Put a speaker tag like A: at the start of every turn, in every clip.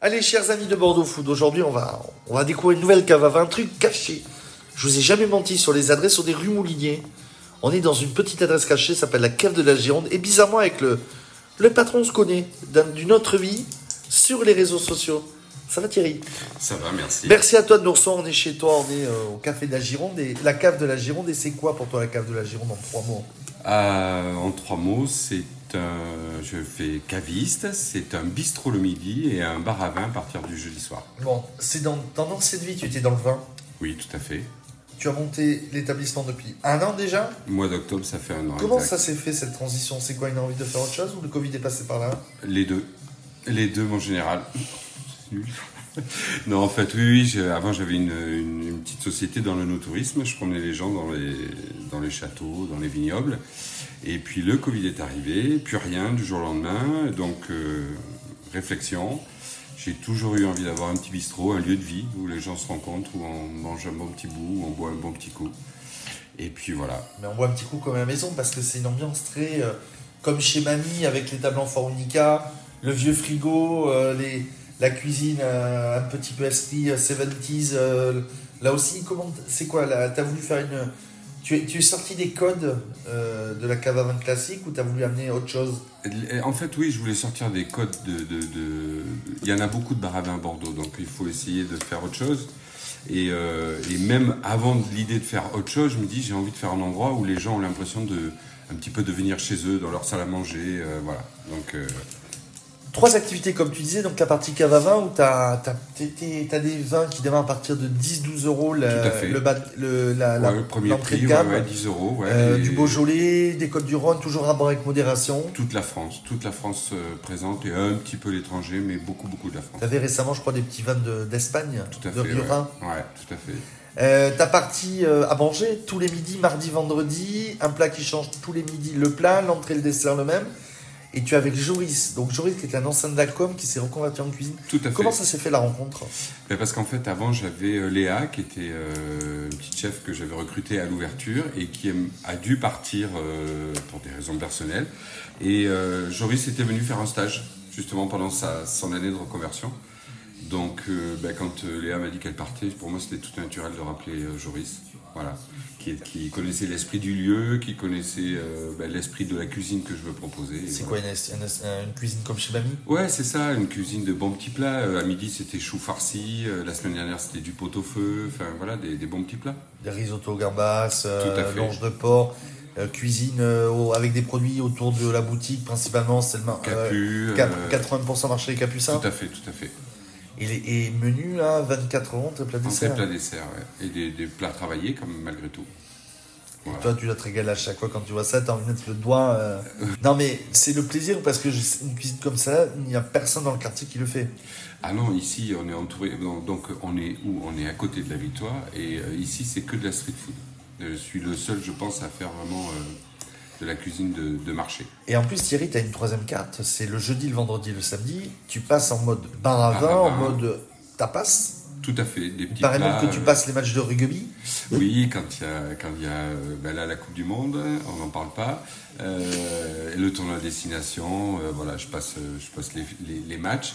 A: Allez, chers amis de Bordeaux Food, aujourd'hui on va, on va découvrir une nouvelle cave à vin, un truc caché. Je vous ai jamais menti sur les adresses, on est rue Moulinier. On est dans une petite adresse cachée, ça s'appelle la cave de la Gironde. Et bizarrement, avec le, le patron, on se connaît d'un- d'une autre vie sur les réseaux sociaux. Ça va Thierry
B: Ça va, merci.
A: Merci à toi de nous recevoir, on est chez toi, on est euh, au café de la Gironde. Et la cave de la Gironde, et c'est quoi pour toi la cave de la Gironde en trois mots
B: Euh, en trois mots, c'est un- je fais caviste, c'est un bistrot le midi et un bar à vin à partir du jeudi soir.
A: Bon, c'est dans, dans l'ancienne vie, tu étais dans le vin.
B: Oui, tout à fait.
A: Tu as monté l'établissement depuis un an déjà
B: Mois d'octobre, ça fait un an.
A: Comment
B: exact.
A: ça s'est fait cette transition C'est quoi une envie de faire autre chose ou le Covid est passé par là
B: Les deux. Les deux, mon général. C'est nul. non, en fait, oui, oui. j'ai- Avant, j'avais une, une- une petite société dans le no-tourisme. Je promenais les gens dans les, dans les châteaux, dans les vignobles. Et puis, le Covid est arrivé. Plus rien du jour au lendemain. Donc, euh, réflexion. J'ai toujours eu envie d'avoir un petit bistrot, un lieu de vie où les gens se rencontrent, où on mange un bon petit bout, où on boit un bon petit coup. Et puis voilà.
A: Mais on boit un petit coup comme à la maison parce que c'est une ambiance très euh, comme chez mamie avec les tables en formica, le vieux frigo, euh, les, la cuisine euh, un petit peu esprit euh, 70s. euh, là aussi, comment t- c'est quoi là T'as voulu faire une tu es, tu es sorti des codes euh, de la cave à vin classique ou t'as voulu amener autre chose
B: En fait, oui, je voulais sortir des codes de. de- de- Il y en a beaucoup de bars à vin à Bordeaux, donc il faut essayer de faire autre chose. Et, euh, et même avant de l'idée de faire autre chose, je me dis j'ai envie de faire un endroit où les gens ont l'impression de un petit peu de venir chez eux, dans leur salle à manger, euh, voilà. Donc euh,
A: Trois activités, comme tu disais, donc la partie cave à vin où tu as, des vins qui démarrent à partir de 10-12 euros
B: Tout à
A: la,
B: fait.
A: le, bat- le- la, la-
B: ouais, le premier
A: l'entrée
B: prix,
A: de gamme,
B: ouais, ouais, 10 euros, ouais,
A: euh,
B: et
A: du Beaujolais, des Côtes-du-Rhône, toujours à boire avec modération.
B: Toute la France, toute la France euh, présente et un petit peu l'étranger, mais beaucoup, beaucoup de la France.
A: Tu avais récemment, je crois, des petits vins de- d'Espagne,
B: Tout à
A: de
B: fait.
A: Rio
B: ouais.
A: Rhin.
B: ouais, tout à fait.
A: Euh, ta partie euh, à manger, tous les midis, mardi, vendredi, un plat qui change tous les midis, le plat, l'entrée, le dessert le même. Et tu es avec Joris, donc Joris qui est un ancien d'Alcom qui s'est reconverti en cuisine.
B: Tout à fait.
A: Comment ça s'est fait la rencontre
B: Ben, parce qu'en fait, avant, j'avais euh, Léa, qui était euh, une petite chef que j'avais recrutée à l'ouverture et qui aime- a dû partir euh, pour des raisons personnelles. Et euh, Joris était venu faire un stage, justement, pendant sa, son année de reconversion. Donc, euh, ben, quand euh, Léa m'a dit qu'elle partait, pour moi, c'était tout naturel de rappeler euh, Joris, voilà, qui, qui connaissait l'esprit du lieu, qui connaissait euh, ben, l'esprit de la cuisine que je veux proposer. Et
A: C'est
B: voilà.
A: quoi une, une- une cuisine comme chez Mamie
B: Ouais, c'est ça, une cuisine de bons petits plats. Euh, à midi, c'était chou farci. euh, la semaine dernière, c'était du pot-au-feu. Enfin, voilà, des, des bons petits plats.
A: Des risotto gambas,
B: Tout à
A: euh,
B: fait.
A: longe de porc, euh, cuisine euh, au- avec des produits autour de la boutique, principalement c'est le mar- euh,
B: Capu.
A: cap-
B: euh,
A: 80% marché des capucins.
B: Tout à fait, tout à fait.
A: Et, les- et menu là, 24 euros, très plat
B: Un
A: dessert.
B: vrai plat dessert, ouais. Et des, des plats travaillés, comme malgré tout. Voilà.
A: Toi, tu dois te régaler à chaque fois quand tu vois ça, t'as envie de mettre le doigt. euh. Non, mais c'est le plaisir parce que je- une cuisine comme ça, il n'y a personne dans le quartier qui le fait.
B: Ah non, ici, on est entouré. non, Donc, on est où On est à côté de la Victoire. Et euh, ici, c'est que de la street food. Euh, Je suis le seul, je pense, à faire vraiment euh, de la cuisine de, de marché.
A: Et en plus, Thierry, tu as une troisième carte c'est le jeudi, le vendredi, le samedi. Tu passes en mode bar à
B: Bar à
A: vin, en
B: vin.
A: mode tapas.
B: Tout à fait. Des petits
A: Il paraît même
B: plats.
A: que tu
B: euh,
A: passes les matchs de rugby.
B: Oui, quand il y a, quand il y a euh, ben là, la Coupe du Monde, on n'en parle pas. Euh, et le tournoi à destination, euh, voilà, je passe, euh, je passe les, les- les matchs.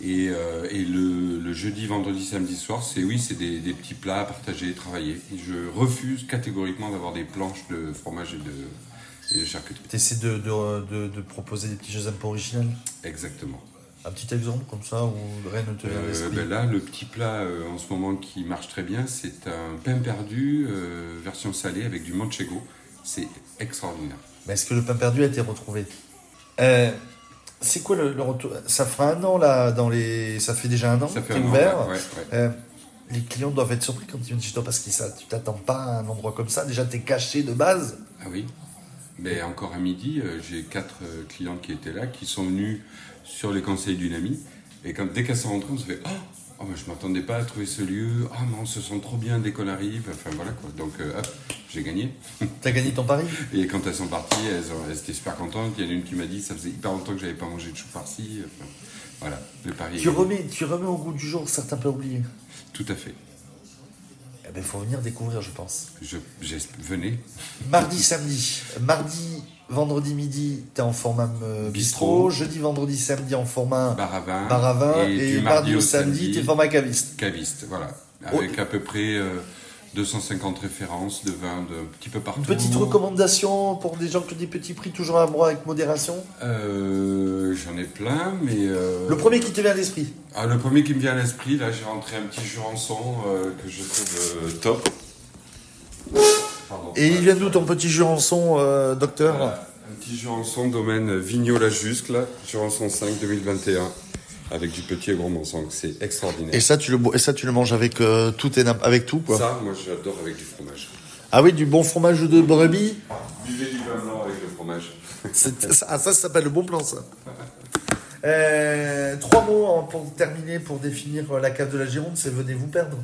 B: Et, euh, et le, le jeudi, vendredi, samedi soir, c'est oui, c'est des, des petits plats à partager, travailler. Je refuse catégoriquement d'avoir des planches de fromage et de, et de charcuterie.
A: Tu essaies de, de, de- de proposer des petits jeux un peu originaux.
B: Exactement.
A: Un petit exemple comme ça où rien ne te vient à
B: Euh,
A: l'esprit.
B: ben là, le petit plat euh, en ce moment qui marche très bien, c'est un pain perdu euh, version salée avec du manchego. C'est extraordinaire.
A: Mais est-ce que le pain perdu a été retrouvé Euh, C'est quoi le, le retour Ça fera un an là, dans les. Ça fait déjà un an
B: Ça
A: que
B: fait
A: t'es
B: un an,
A: ouvert.
B: ouais, ouais, ouais.
A: Euh, les clients doivent être surpris quand ils viennent chez toi parce que ça, tu t'attends pas à un endroit comme ça. Déjà, t'es caché de base.
B: Ah oui. Mais encore à midi, euh, j'ai quatre euh, clients qui étaient là, qui sont venus sur les conseils d'une amie. Et quand, dès qu'elles sont rentrées, on se fait Oh, oh mais je m'attendais pas à trouver ce lieu. Ah, mais on se sent trop bien dès qu'on arrive. Enfin voilà quoi. Donc euh, hop, j'ai gagné.
A: T'as gagné ton pari.
B: Et quand elles sont parties, elles, ont- elles étaient super contentes. Il y en a une qui m'a dit Ça faisait hyper longtemps que j'avais pas mangé de chou farci. Enfin, voilà, le pari. est
A: Tu
B: gagné.
A: remets, tu remets au goût du jour certains plats oubliés.
B: Tout à fait.
A: Eh Eh ben, faut venir découvrir, je pense.
B: Je, j'esp- venez.
A: Mardi, samedi. Mardi, vendredi, midi, t'es en format euh, bistrot.
B: Bistrot.
A: Jeudi, vendredi, samedi, en format
B: Bar à vin.
A: bar à vin.
B: Et,
A: Et,
B: du
A: mardi au samedi, t'es format caviste.
B: Caviste, voilà.
A: Oh.
B: Avec à peu près euh, 250 références de vin de un petit peu partout.
A: Une petite recommandation pour des gens qui ont des petits prix, toujours à boire avec modération.
B: Euh, J'en ai plein, mais. euh,
A: Le premier qui te vient à l'esprit.
B: Ah, le premier qui me vient à l'esprit, là, j'ai rentré un petit Jurançon euh, que je trouve euh, top. Pardon.
A: Et il vient d'où ton petit Jurançon, euh, docteur
B: Voilà, Un petit Jurançon domaine Vigneau-la-Jusque, là, Jurançon 5 2021, avec du petit et gros mensonge. C'est extraordinaire.
A: Et ça, tu le, bo- et ça, tu le manges avec, euh, tout et n'im- avec tout, quoi.
B: Ça, moi, j'adore avec du fromage.
A: Ah oui, du bon fromage de brebis.
B: Buvez du vin blanc avec le fromage.
A: C'est- ça- Ah, ça, ça s'appelle le bon plan, ça. Euh, trois mots en- pour terminer, pour définir euh, la cave de la Gironde, c'est venez vous perdre.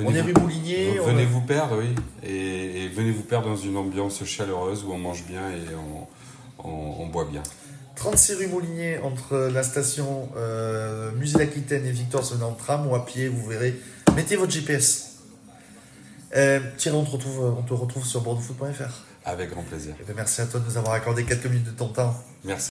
A: on est rue Moulinier. on-
B: venez vous perdre, oui. Et, et venez vous perdre dans une ambiance chaleureuse où on mange bien et on, on- on boit bien.
A: 36 rue Moulinier, entre euh, la station euh, Musée d'Aquitaine et Victor c'est dans le tram ou à pied, vous verrez. Mettez votre GPS. Euh, Thierry, on te retrouve, on te retrouve sur bordeauxfoot.fr.
B: Avec grand plaisir.
A: Eh ben, merci à toi de nous avoir accordé quelques minutes de ton temps.
B: Merci.